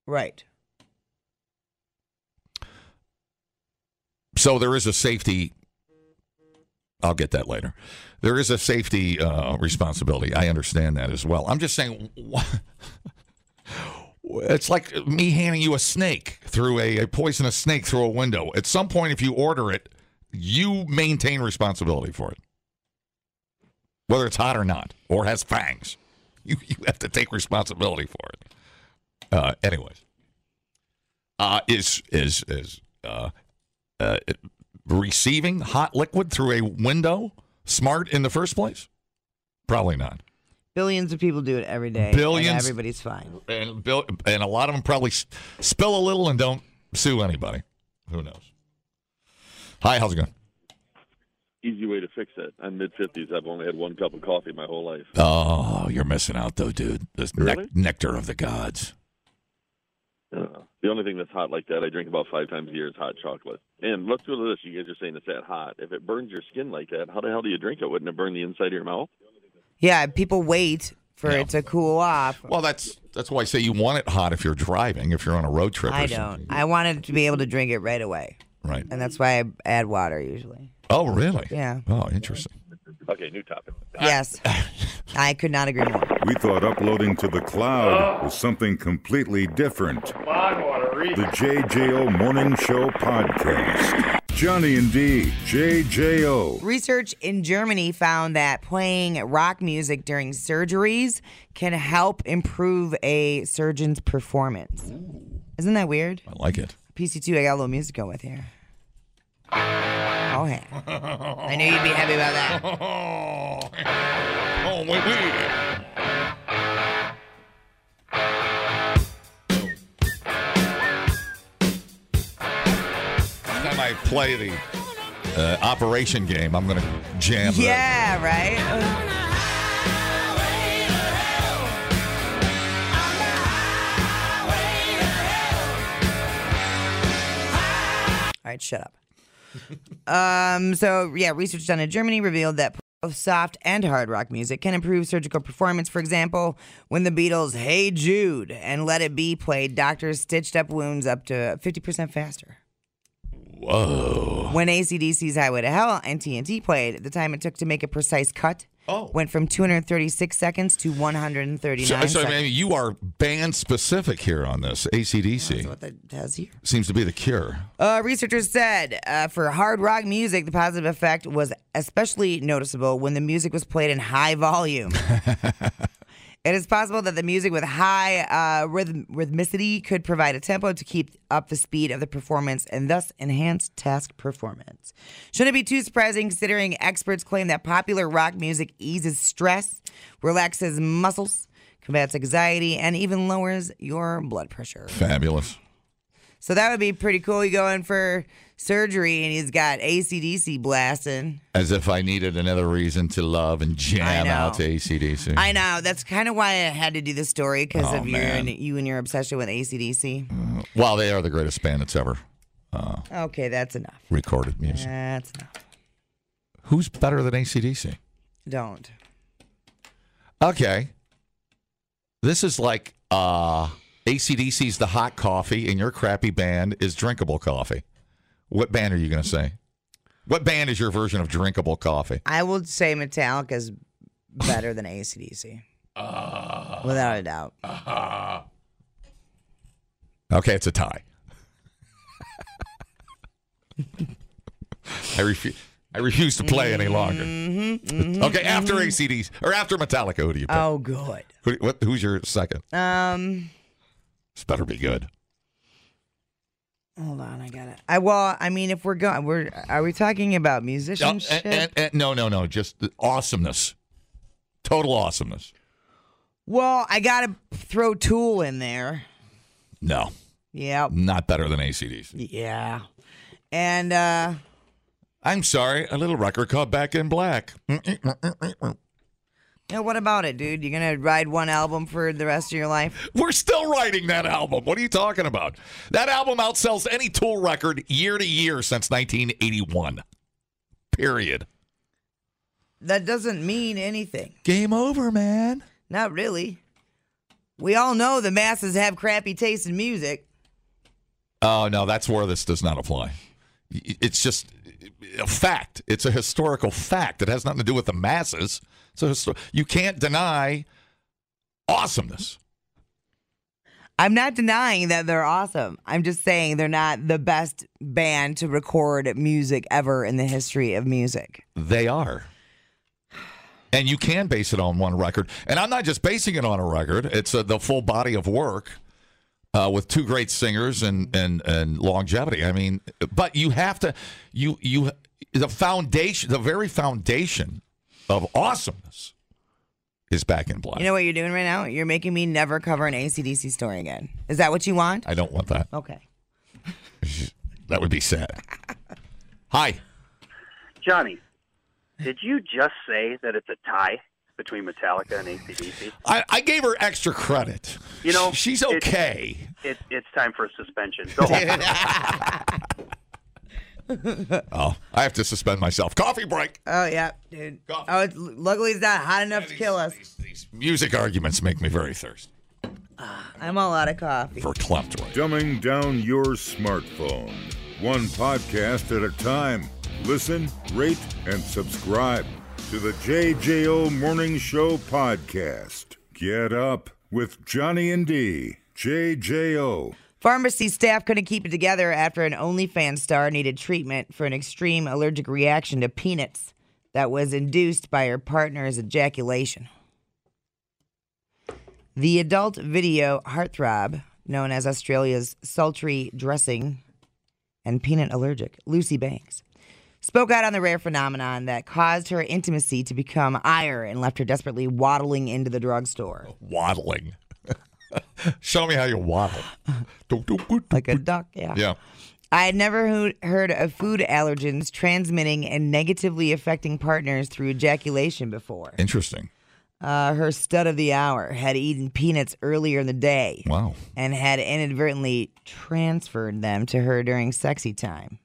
Speaker 2: right,
Speaker 3: So there is a safety. I'll get that later. There is a safety uh, responsibility. I understand that as well. I'm just saying, wha- <laughs> it's like me handing you a snake through a, a poisonous snake through a window. At some point, if you order it, you maintain responsibility for it, whether it's hot or not, or has fangs. <laughs> You you have to take responsibility for it. Uh, anyways, uh, is is is. Uh, uh, receiving hot liquid through a window smart in the first place? Probably not.
Speaker 2: billions of people do it every day. and
Speaker 3: Billions?
Speaker 2: everybody's fine.
Speaker 3: And Bill, and a lot of them probably s- spill a little and don't sue anybody. Who knows? Hi, how's it going?
Speaker 10: Easy way to fix it. I'm mid 50s. I've only had one cup of coffee my whole life.
Speaker 3: Oh, you're missing out though, dude. This nec-
Speaker 10: Really?
Speaker 3: nectar of the gods.
Speaker 10: Uh, the only thing that's hot like that I drink about five times a year is hot chocolate. And let's go to this. You guys are saying it's that hot. If it burns your skin like that, how the hell do you drink it? Wouldn't it burn the inside of your mouth?
Speaker 2: Yeah, people wait for
Speaker 3: Yeah.
Speaker 2: it to cool off.
Speaker 3: Well, that's that's why I say you want it hot if you're driving, if you're on a road trip. or
Speaker 2: I
Speaker 3: something.
Speaker 2: don't. I wanted to be able to drink it right away,
Speaker 3: Right.
Speaker 2: and that's why I add water usually.
Speaker 3: Oh, really?
Speaker 2: Yeah.
Speaker 3: Oh, interesting.
Speaker 10: Okay, new topic.
Speaker 3: <laughs>
Speaker 2: Yes, I could not agree more.
Speaker 1: We thought uploading to the cloud was something completely different. The JJO Morning Show Podcast. Johnny and D, JJO.
Speaker 2: Research in Germany found that playing rock music during surgeries can help improve a surgeon's performance. Isn't that weird?
Speaker 3: I like it.
Speaker 2: PC2, I got a little music going with here. Oh, hey. I knew you'd be happy about that.
Speaker 3: Oh, <laughs> oh wait, wait. Next time I play the uh, operation game, I'm going to jam. that.
Speaker 2: Yeah, right? All right, shut up. um, so yeah, research done in Germany revealed that both soft and hard rock music can improve surgical performance. For example, when the Beatles' "Hey Jude" and "Let It Be" played, doctors stitched up wounds up to fifty percent faster.
Speaker 3: Whoa.
Speaker 2: When ACDC's Highway to Hell and TNT played, the time it took to make a precise cut
Speaker 3: Oh.
Speaker 2: went from 236 seconds to 139
Speaker 3: So, so I
Speaker 2: seconds.
Speaker 3: mean, you are band specific here on this. ACDC
Speaker 2: That's what that has here.
Speaker 3: seems to be the cure.
Speaker 2: Uh, researchers said uh, for hard rock music, the positive effect was especially noticeable when the music was played in high volume. it is possible that the music with high uh, rhythm- rhythmicity could provide a tempo to keep up the speed of the performance and thus enhance task performance. Shouldn't be too surprising considering experts claim that popular rock music eases stress, relaxes muscles, combats anxiety, and even lowers your blood pressure.
Speaker 3: Fabulous.
Speaker 2: So that would be pretty cool. You go in for surgery and he's got ACDC blasting.
Speaker 3: As if I needed another reason to love and jam
Speaker 2: know.
Speaker 3: out to ACDC.
Speaker 2: I know. That's kind of why I had to do the story because
Speaker 3: Oh,
Speaker 2: of your
Speaker 3: man.
Speaker 2: and you and your obsession with ACDC.
Speaker 3: Well, they are the greatest band that's ever
Speaker 2: Okay, that's enough.
Speaker 3: recorded music.
Speaker 2: That's enough.
Speaker 3: Who's better than ACDC?
Speaker 2: Don't.
Speaker 3: Okay. This is like uh ACDC's the hot coffee and your crappy band is drinkable coffee. What band are you going to say? What band is your version of drinkable coffee?
Speaker 2: I will say Metallica's better than ACDC.
Speaker 3: Uh.
Speaker 2: Without a doubt.
Speaker 3: Okay, it's a tie. <laughs> I refuse I refuse to play any longer. okay, after ACDs or after Metallica, who do you pick?
Speaker 2: Oh, good.
Speaker 3: Who, what, who's your second?
Speaker 2: Um,
Speaker 3: This better be good.
Speaker 2: Hold on, I got it. I well, I mean, if we're going, we're are we talking about
Speaker 3: No, eh,
Speaker 2: musicianship?
Speaker 3: and- and- and- no, no, no. Just the awesomeness. Total awesomeness.
Speaker 2: well, I gotta throw Tool in there.
Speaker 3: No,
Speaker 2: Yep.
Speaker 3: not better than ACDs.
Speaker 2: Yeah. And uh
Speaker 3: I'm sorry, a little record called Back in Black. Mm,
Speaker 2: now what about it, dude? You're gonna ride one album for the rest of your life?
Speaker 3: We're still writing that album. What are you talking about? That album outsells any Tool record year to year since 1981. Period.
Speaker 2: That doesn't mean anything.
Speaker 3: Game over, man.
Speaker 2: Not really. We all know the masses have crappy taste in music.
Speaker 3: Oh no, that's where this does not apply. Y- It's just a fact. It's a historical fact. It has nothing to do with the masses. So histo- you can't deny awesomeness.
Speaker 2: I'm not denying that they're awesome. I'm just saying they're not the best band to record music ever in the history of music.
Speaker 3: They are. And you can base it on one record. And I'm not just basing it on a record, it's uh the full body of work uh, with two great singers and, and, and longevity. I mean, but you have to, you, you, the foundation, the very foundation of awesomeness is back in black.
Speaker 2: You know what you're doing right now? You're making me never cover an ACDC story again. Is that what you want?
Speaker 3: I don't want that.
Speaker 2: Okay.
Speaker 3: That would
Speaker 2: <laughs>
Speaker 3: be sad. Hi.
Speaker 11: Johnny, did you just say that it's a tie between Metallica and ACDC?
Speaker 3: I, I gave her extra credit.
Speaker 11: You know,
Speaker 3: she's
Speaker 11: it-
Speaker 3: okay.
Speaker 11: It, it's time for a suspension. Go home.
Speaker 3: Oh, I have to suspend myself. Coffee break.
Speaker 2: Oh yeah, dude. Oh, it's, luckily it's not hot enough to kill us.
Speaker 3: Music arguments make me very thirsty.
Speaker 2: I'm all out of coffee.
Speaker 1: Dumbing down your smartphone. One podcast at a time. Listen, rate, and subscribe to the JJO Morning Show podcast. Get up with Johnny and D. JJO.
Speaker 2: Pharmacy staff couldn't keep it together after an OnlyFans star needed treatment for an extreme allergic reaction to peanuts that was induced by her partner's ejaculation. The adult video heartthrob, known as Australia's sultry dressing and peanut allergic, Lucy Banks, spoke out on the rare phenomenon that caused her intimacy to become ire and left her desperately waddling into the drugstore.
Speaker 3: Waddling. <laughs> Show me how you waddle. like
Speaker 2: a duck, yeah.
Speaker 3: Yeah.
Speaker 2: I had never hoo- heard of food allergens transmitting and negatively affecting partners through ejaculation before.
Speaker 3: Interesting.
Speaker 2: Uh, her stud of the hour had eaten peanuts earlier in the day.
Speaker 3: Wow.
Speaker 2: And had inadvertently transferred them to her during sexy time.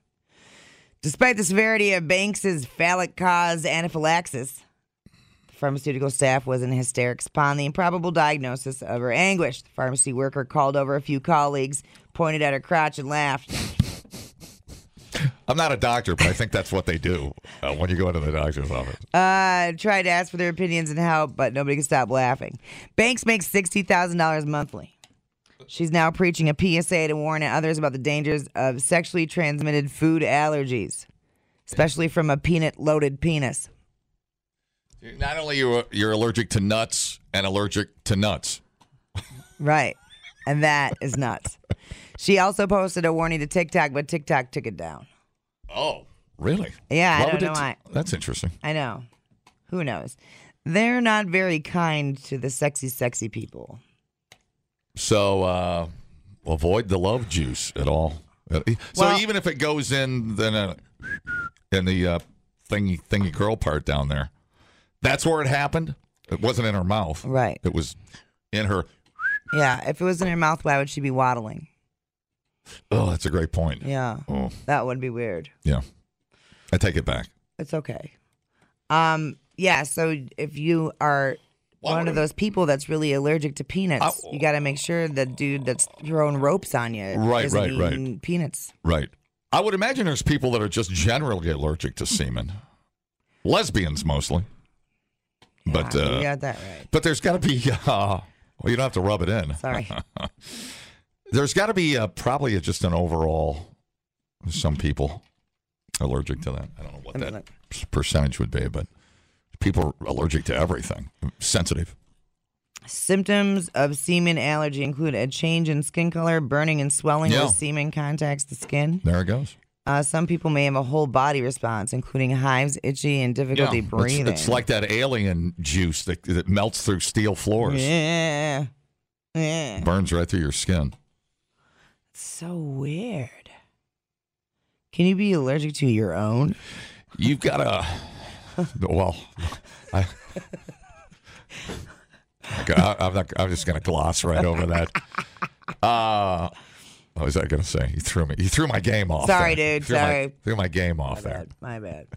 Speaker 2: Despite the severity of Banks's phallic caused anaphylaxis, the pharmaceutical staff was in hysterics upon the improbable diagnosis of her anguish. The pharmacy worker called over a few colleagues, pointed at her crotch, and laughed.
Speaker 3: I'm not a doctor, but I think that's what they do uh, when you go into the doctor's office.
Speaker 2: Uh, tried to ask for their opinions and help, but nobody could stop laughing. Banks makes sixty thousand dollars monthly. She's now preaching a PSA to warn others about the dangers of sexually transmitted food allergies, especially from a peanut-loaded penis.
Speaker 3: Not only you you're allergic to nuts and allergic to nuts.
Speaker 2: Right, and that is nuts. She also posted a warning to TikTok, but TikTok took it down.
Speaker 3: Oh, really?
Speaker 2: Yeah, I don't
Speaker 3: would
Speaker 2: know
Speaker 3: it-
Speaker 2: why.
Speaker 3: That's interesting.
Speaker 2: I know. Who knows? They're not very kind to the sexy, sexy people.
Speaker 3: So uh, avoid the love juice at all. Uh, e, So
Speaker 2: Well-
Speaker 3: even if it goes in then uh, in the uh, thingy thingy girl part down there, that's where it happened. It wasn't in her mouth.
Speaker 2: Right.
Speaker 3: It was in her.
Speaker 2: Yeah, if it was in her mouth, why would she be waddling?
Speaker 3: Oh, that's a great point.
Speaker 2: Yeah,
Speaker 3: Oh,
Speaker 2: that would be weird.
Speaker 3: yeah. I take it back.
Speaker 2: It's okay. Um, yeah. So if you are one of those people that's really allergic to peanuts, you got to make sure the dude that's throwing ropes on you
Speaker 3: Right,
Speaker 2: isn't
Speaker 3: right, right.
Speaker 2: eating peanuts.
Speaker 3: Right. I would imagine there's people that are just generally allergic to semen, lesbians mostly. But
Speaker 2: Yeah,
Speaker 3: uh,
Speaker 2: you got that right.
Speaker 3: But there's got to be. <laughs> Uh, well, you don't have to rub it in. <laughs>
Speaker 2: Sorry.
Speaker 3: there's got to be uh, probably just an overall. Some people allergic to that. I don't know what
Speaker 2: Let me
Speaker 3: that percentage would be, but people are allergic to everything. Sensitive.
Speaker 2: Symptoms of semen allergy include a change in skin color, burning and swelling
Speaker 3: Yeah.
Speaker 2: where semen contacts the skin.
Speaker 3: There it goes.
Speaker 2: Uh, some people may have a whole body response, including hives, itchy, and difficulty
Speaker 3: it's-
Speaker 2: breathing.
Speaker 3: It's, like that alien juice that, that melts through steel floors.
Speaker 2: yeah, yeah.
Speaker 3: Burns right through your skin.
Speaker 2: So weird. Can you be allergic to your own?
Speaker 3: You've got a well. I, Okay, I, I'm not. I'm just going to gloss right over that. Uh, what was I going to say? You threw me. You threw my game off.
Speaker 2: Sorry,
Speaker 3: there.
Speaker 2: dude,
Speaker 3: Threw my-
Speaker 2: sorry.
Speaker 3: threw my game off there.
Speaker 2: My bad.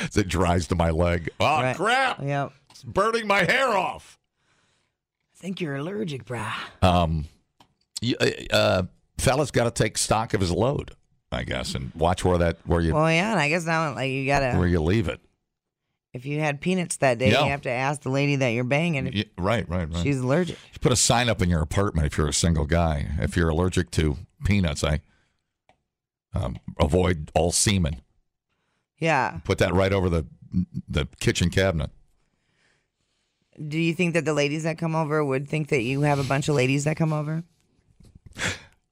Speaker 3: As it dries to my leg. Oh crap!
Speaker 2: Yep.
Speaker 3: It's burning my hair off.
Speaker 2: I think you're allergic, brah.
Speaker 3: Um, you, uh, fella's got to take stock of his load, I guess, and watch where that where you
Speaker 2: Well, yeah, and I guess now like you
Speaker 3: where
Speaker 2: gotta.
Speaker 3: you leave it.
Speaker 2: If you had peanuts that day,
Speaker 3: Yeah.
Speaker 2: you have to ask the lady that you're banging. If
Speaker 3: Yeah, right, right, right.
Speaker 2: She's allergic.
Speaker 3: You put a sign up in your apartment if you're a single guy. If you're allergic to peanuts, I um, avoid all semen.
Speaker 2: Yeah.
Speaker 3: Put that right over the the kitchen cabinet.
Speaker 2: Do you think that the ladies that come over would think that you have a bunch of ladies that come over?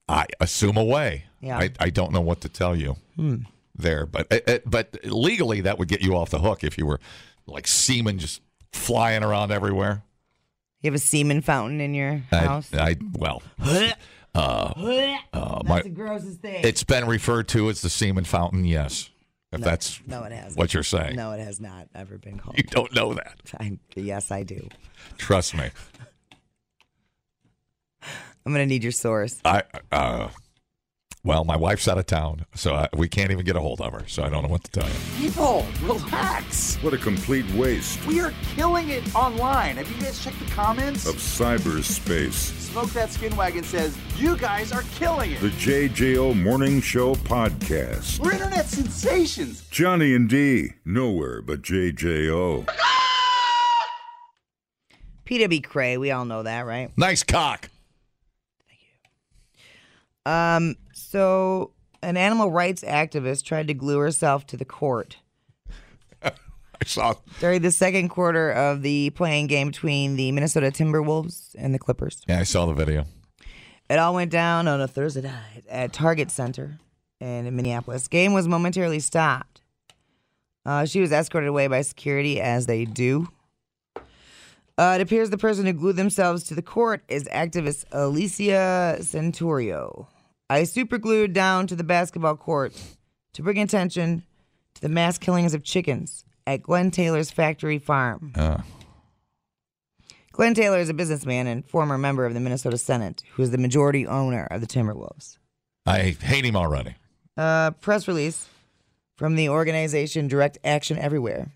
Speaker 3: I assume away.
Speaker 2: Yeah.
Speaker 3: I, I don't know what to tell you
Speaker 2: Hmm.
Speaker 3: there, but uh, uh, but legally that would get you off the hook if you were like semen just flying around everywhere.
Speaker 2: You have a semen fountain in your
Speaker 3: I,
Speaker 2: house.
Speaker 3: I well, uh, uh, my,
Speaker 2: grossest thing.
Speaker 3: it's been referred to as the semen fountain. Yes, if
Speaker 2: No,
Speaker 3: that's
Speaker 2: no, it hasn't.
Speaker 3: what you're saying.
Speaker 2: No, it has not ever
Speaker 3: <laughs>
Speaker 2: been called.
Speaker 3: You don't know that.
Speaker 2: I, yes, I do.
Speaker 3: Trust me.
Speaker 2: I'm gonna need your source.
Speaker 3: I uh, well, my wife's out of town, so I, we can't even get a hold of her. So I don't know what to tell you.
Speaker 12: People, relax.
Speaker 1: What a complete waste
Speaker 12: We are killing it online. Have you guys checked the comments?
Speaker 1: of cyberspace.
Speaker 12: Smoke That Skin Wagon says, You guys are killing it.
Speaker 1: The JJO Morning Show podcast.
Speaker 12: We're internet sensations.
Speaker 1: Johnny and D, nowhere but JJO.
Speaker 2: PW Cray, we all know that, right?
Speaker 3: Nice cock.
Speaker 2: Um, so an animal rights activist tried to glue herself to the court
Speaker 3: I saw.
Speaker 2: during the second quarter of the playing game between the Minnesota Timberwolves and the Clippers.
Speaker 3: Yeah, I saw the video.
Speaker 2: It all went down on a Thursday night at Target Center in Minneapolis. Game was momentarily stopped. Uh, she was escorted away by security, as they do. Uh, it appears the person who glued themselves to the court is activist Alicia Centurio. I superglued down to the basketball court to bring attention to the mass killings of chickens at Glenn Taylor's factory farm.
Speaker 3: Uh,
Speaker 2: Glenn Taylor is a businessman and former member of the Minnesota Senate, who is the majority owner of the Timberwolves.
Speaker 3: I hate him already.
Speaker 2: A press release from the organization Direct Action Everywhere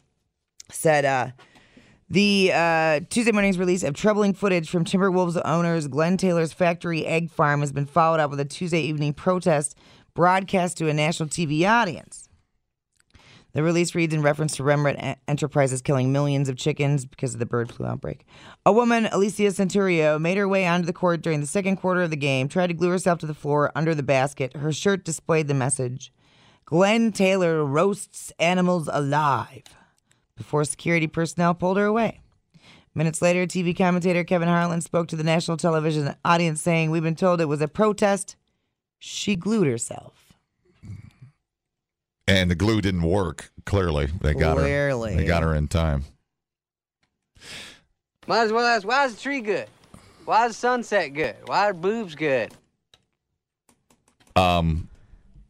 Speaker 2: said uh, the uh, Tuesday morning's release of troubling footage from Timberwolves owners Glenn Taylor's factory egg farm has been followed up with a Tuesday evening protest broadcast to a national TV audience. The release reads in reference to Rembrandt E- Enterprises killing millions of chickens because of the bird flu outbreak. A woman, Alicia Centurio, made her way onto the court during the second quarter of the game, tried to glue herself to the floor under the basket. Her shirt displayed the message Glenn Taylor roasts animals alive before security personnel pulled her away. Minutes later, TV commentator Kevin Harlan spoke to the national television audience saying, We've been told it was a protest. She glued herself.
Speaker 3: And the glue didn't work. Clearly, they got
Speaker 2: Clearly.
Speaker 3: her. They got her in time.
Speaker 13: Might as well ask, why is the tree good? Why is sunset good? Why are boobs good?
Speaker 3: Um,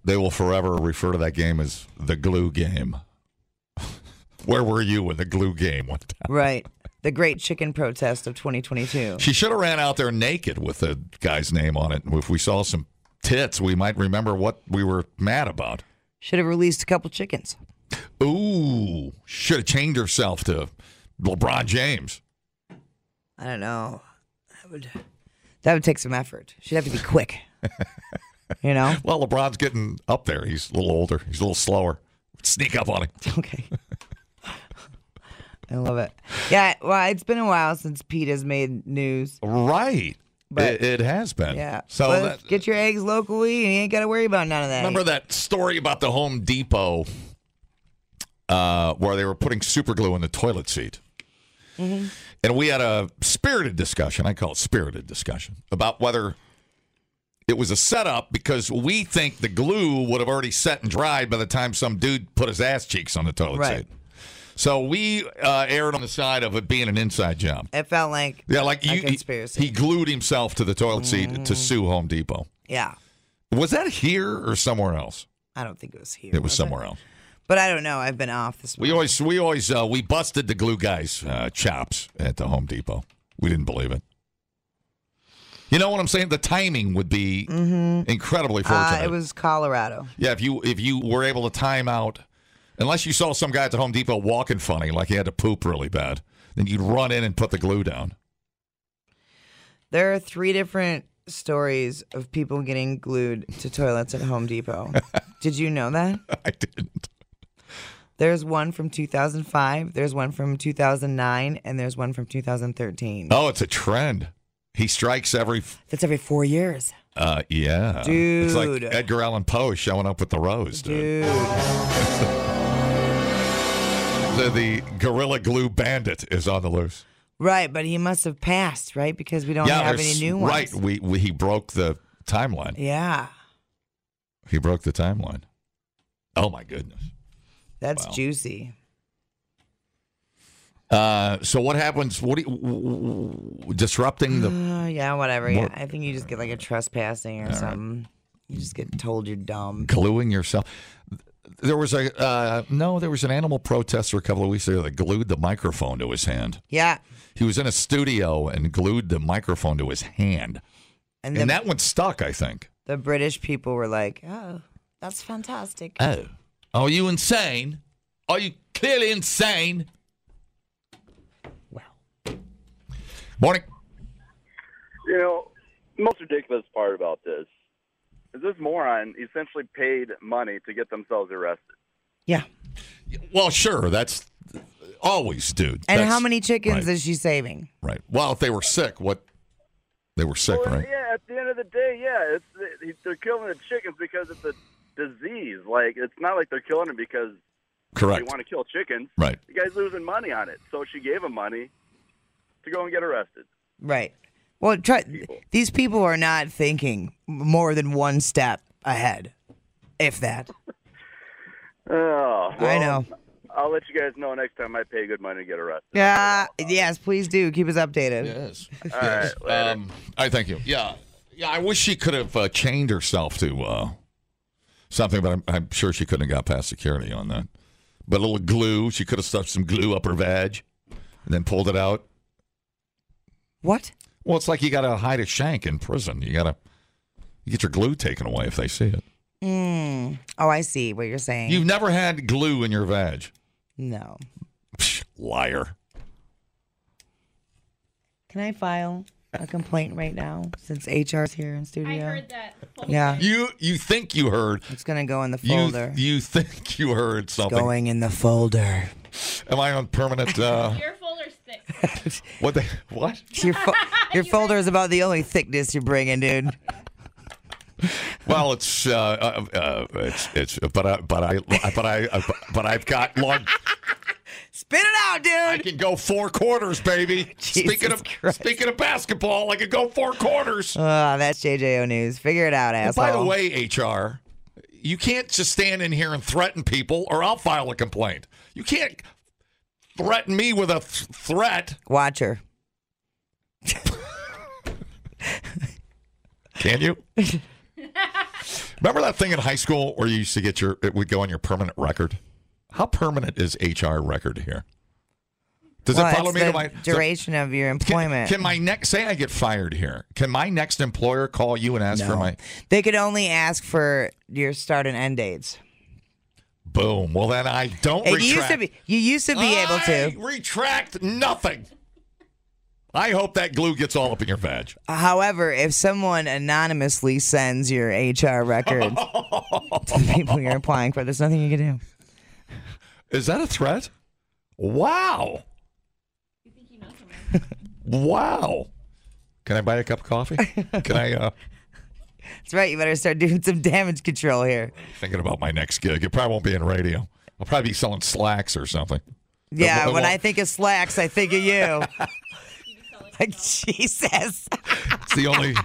Speaker 3: they will forever refer to that game as the glue game. <laughs> Where were you when the glue game went down?
Speaker 2: Right. The Great Chicken Protest of 2022.
Speaker 3: She should have ran out there naked with the guy's name on it. If we saw some tits, we might remember what we were mad about.
Speaker 2: Should have released a couple chickens.
Speaker 3: Ooh, should have chained herself to LeBron James.
Speaker 2: I don't know. That would that would take some effort. She'd have to be
Speaker 3: <laughs>
Speaker 2: quick. you know. <laughs>
Speaker 3: Well, LeBron's getting up there. He's a little older. He's a little slower. Sneak up on him.
Speaker 2: Okay. I love it. Yeah. Well, it's been a while since Pete has made news.
Speaker 3: Right.
Speaker 2: But-
Speaker 3: it, it has been.
Speaker 2: Yeah.
Speaker 3: So
Speaker 2: But
Speaker 3: that,
Speaker 2: get your eggs locally, and you ain't got to worry about none of that.
Speaker 3: remember that story about the Home Depot uh, where they were putting super glue in the toilet seat.
Speaker 2: Mm-hmm.
Speaker 3: And we had a spirited discussion. I call it spirited discussion about whether it was a setup because we think the glue would have already set and dried by the time some dude put his ass cheeks on the toilet
Speaker 2: Right.
Speaker 3: seat. So we uh, aired on the side of it being an inside job.
Speaker 2: It felt like
Speaker 3: Yeah, like
Speaker 2: a
Speaker 3: you, he,
Speaker 2: conspiracy. Mm.
Speaker 3: he glued himself to the toilet seat to sue Home Depot.
Speaker 2: yeah,
Speaker 3: Was that here or somewhere else?
Speaker 2: I don't think it was here.
Speaker 3: It was somewhere else.
Speaker 2: but I don't know. I've been off this.
Speaker 3: We always we always uh, we busted the glue guys uh, chops at the Home Depot. We didn't believe it. You know what I'm saying? The timing would be incredibly
Speaker 2: Uh,
Speaker 3: fortunate.
Speaker 2: it was Colorado.
Speaker 3: yeah, if you if you were able to time out, unless you saw some guy at the Home Depot walking funny, like he had to poop really bad, then you'd run in and put the glue down. <laughs>
Speaker 2: There are three different stories of people getting glued to toilets at Home
Speaker 3: <laughs>
Speaker 2: Depot. Did you know that?
Speaker 3: I didn't.
Speaker 2: There's one from 2005, there's one from 2009, and there's one from 2013.
Speaker 3: Oh, it's a trend. He strikes every f-
Speaker 2: That's every four years.
Speaker 3: uh yeah. It's like
Speaker 2: Dude.
Speaker 3: Edgar Allan Poe showing up with the rose, dude. The, the Gorilla Glue Bandit is on the loose.
Speaker 2: Right, but he must have passed, right? Because we don't have any
Speaker 3: there's-
Speaker 2: new ones.
Speaker 3: Right, we, we he broke the timeline.
Speaker 2: Yeah,
Speaker 3: He broke the timeline. Oh my goodness.
Speaker 2: that's
Speaker 3: Wow.
Speaker 2: juicy.
Speaker 3: Uh, so what happens? What do you, w- w- w- disrupting the?
Speaker 2: Uh, yeah, whatever. Yeah,
Speaker 3: What-
Speaker 2: I think you just get like a trespassing or something. You just get told you're dumb.
Speaker 3: gluing yourself. There was a uh, no. There was an animal protester a couple of weeks ago that glued the microphone to his hand.
Speaker 2: Yeah,
Speaker 3: He was in a studio and glued the microphone to his hand,
Speaker 2: and
Speaker 3: and,
Speaker 2: the,
Speaker 3: that one stuck. I think.
Speaker 2: the British people were like, "Oh, that's fantastic."
Speaker 3: Oh, are you insane? Are you clearly insane? Well, morning.
Speaker 14: You know, most ridiculous part about this is this moron essentially paid money to get themselves arrested.
Speaker 3: Well, sure. That's always, dude.
Speaker 2: And
Speaker 3: That's-
Speaker 2: how many chickens
Speaker 3: right.
Speaker 2: is she saving?
Speaker 3: Right. Well, if they were sick, what? They were sick,
Speaker 14: Well,
Speaker 3: right?
Speaker 14: Yeah, at the end of the day, yeah, it's they're killing the chickens because it's a disease. Like it's not like they're killing them because
Speaker 3: Correct.
Speaker 14: they want to kill chickens.
Speaker 3: Right.
Speaker 14: The guy's losing money on it, so she gave him money to go and get arrested.
Speaker 2: Right. Well, try, these people are not thinking more than one step ahead, if that.
Speaker 14: Oh,
Speaker 2: I know.
Speaker 14: I'll let you guys know next time I pay good money to get arrested.
Speaker 2: Yeah. yes, please do keep us updated.
Speaker 3: Yes.
Speaker 14: All right, later.
Speaker 3: Um, I thank you. Yeah, yeah. I wish she could have uh, chained herself to uh, something, but I'm, I'm sure she couldn't have got past security on that. But a little glue. She could have stuffed some glue up her vag, and then pulled it out.
Speaker 2: What?
Speaker 3: Well, it's like you got to hide a shank in prison. You got to you get your glue taken away if they see it.
Speaker 2: Mm. Oh, I see what you're saying.
Speaker 3: You've never had glue in your vag,
Speaker 2: no.
Speaker 3: liar.
Speaker 2: Can I file a complaint right now since HR's here in studio? I heard that. Yeah.
Speaker 3: You you think you heard?
Speaker 2: It's gonna go in the
Speaker 3: You-
Speaker 2: folder.
Speaker 3: You, think you heard something?
Speaker 2: going in the folder.
Speaker 3: Am I on permanent? Uh,
Speaker 15: Your folder's thick.
Speaker 3: what the what?
Speaker 2: <laughs> Your, fo- your folder is about the only thickness you're bringing, dude.
Speaker 3: Well, it's uh, uh, uh, it's it's but I but I but I but I've got long.
Speaker 2: Spit it out, dude. I
Speaker 3: can go four quarters, baby. speaking of speaking of basketball, I could go four quarters.
Speaker 2: Oh, that's JJO news. Figure it out,
Speaker 3: And
Speaker 2: asshole.
Speaker 3: by the way, HR, you can't just stand in here and threaten people, or I'll file a complaint. You can't threaten me with a th- threat.
Speaker 2: watch her. <laughs>
Speaker 3: Can you? Remember that thing in high school where you used to get your it would go on your permanent record? How permanent is HR record here? Does
Speaker 2: Well,
Speaker 3: it follow
Speaker 2: it's
Speaker 3: me to
Speaker 2: the
Speaker 3: my
Speaker 2: duration of your employment?
Speaker 3: Can my next say I get fired here? Can my next employer call you and ask for
Speaker 2: No.
Speaker 3: my
Speaker 2: They could only ask for your start and end dates.
Speaker 3: boom? Well, then I don't.
Speaker 2: It
Speaker 3: retract.
Speaker 2: used to be you used to be able
Speaker 3: I
Speaker 2: to.
Speaker 3: retract nothing. I hope that glue gets all up in your vag.
Speaker 2: However, if someone anonymously sends your HR record to people you're applying for, there's nothing you can do.
Speaker 3: Is that a threat? Wow. <laughs> wow. Can I buy a cup of coffee? Can I? Uh,
Speaker 2: That's right. You better start doing some damage control here.
Speaker 3: thinking about my next gig. It probably won't be in radio. I'll probably be selling slacks or something.
Speaker 2: Yeah,
Speaker 3: The-
Speaker 2: when
Speaker 3: well,
Speaker 2: I think of slacks, I think of you. <laughs> like Jesus.
Speaker 3: it's the only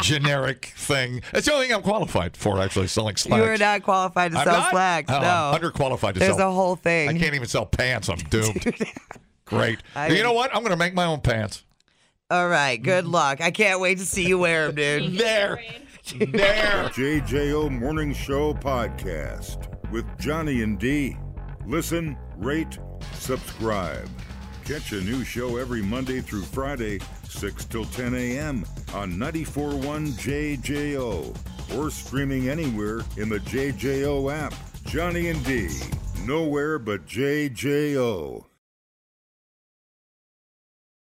Speaker 3: generic thing. It's the only thing I'm qualified for, actually, selling slacks.
Speaker 2: You are not qualified to
Speaker 3: I'm
Speaker 2: sell
Speaker 3: not?
Speaker 2: slacks.
Speaker 3: Oh,
Speaker 2: no.
Speaker 3: I'm underqualified to
Speaker 2: There's
Speaker 3: sell.
Speaker 2: a whole thing.
Speaker 3: I can't even sell pants.
Speaker 2: <laughs>
Speaker 3: I'm doomed. Great.
Speaker 2: I
Speaker 3: you know what? I'm going to make my own pants.
Speaker 2: All right,
Speaker 3: Mm-hmm.
Speaker 2: good luck. I can't wait to see you wear them, dude.
Speaker 3: there.
Speaker 1: There. JJO Morning Show Podcast with Johnny and D. Listen, rate, subscribe. Catch a new show every Monday through Friday, 6 till 10 a.m. on 94.1 JJO or streaming anywhere in the JJO app. Johnny and D. Nowhere but JJO.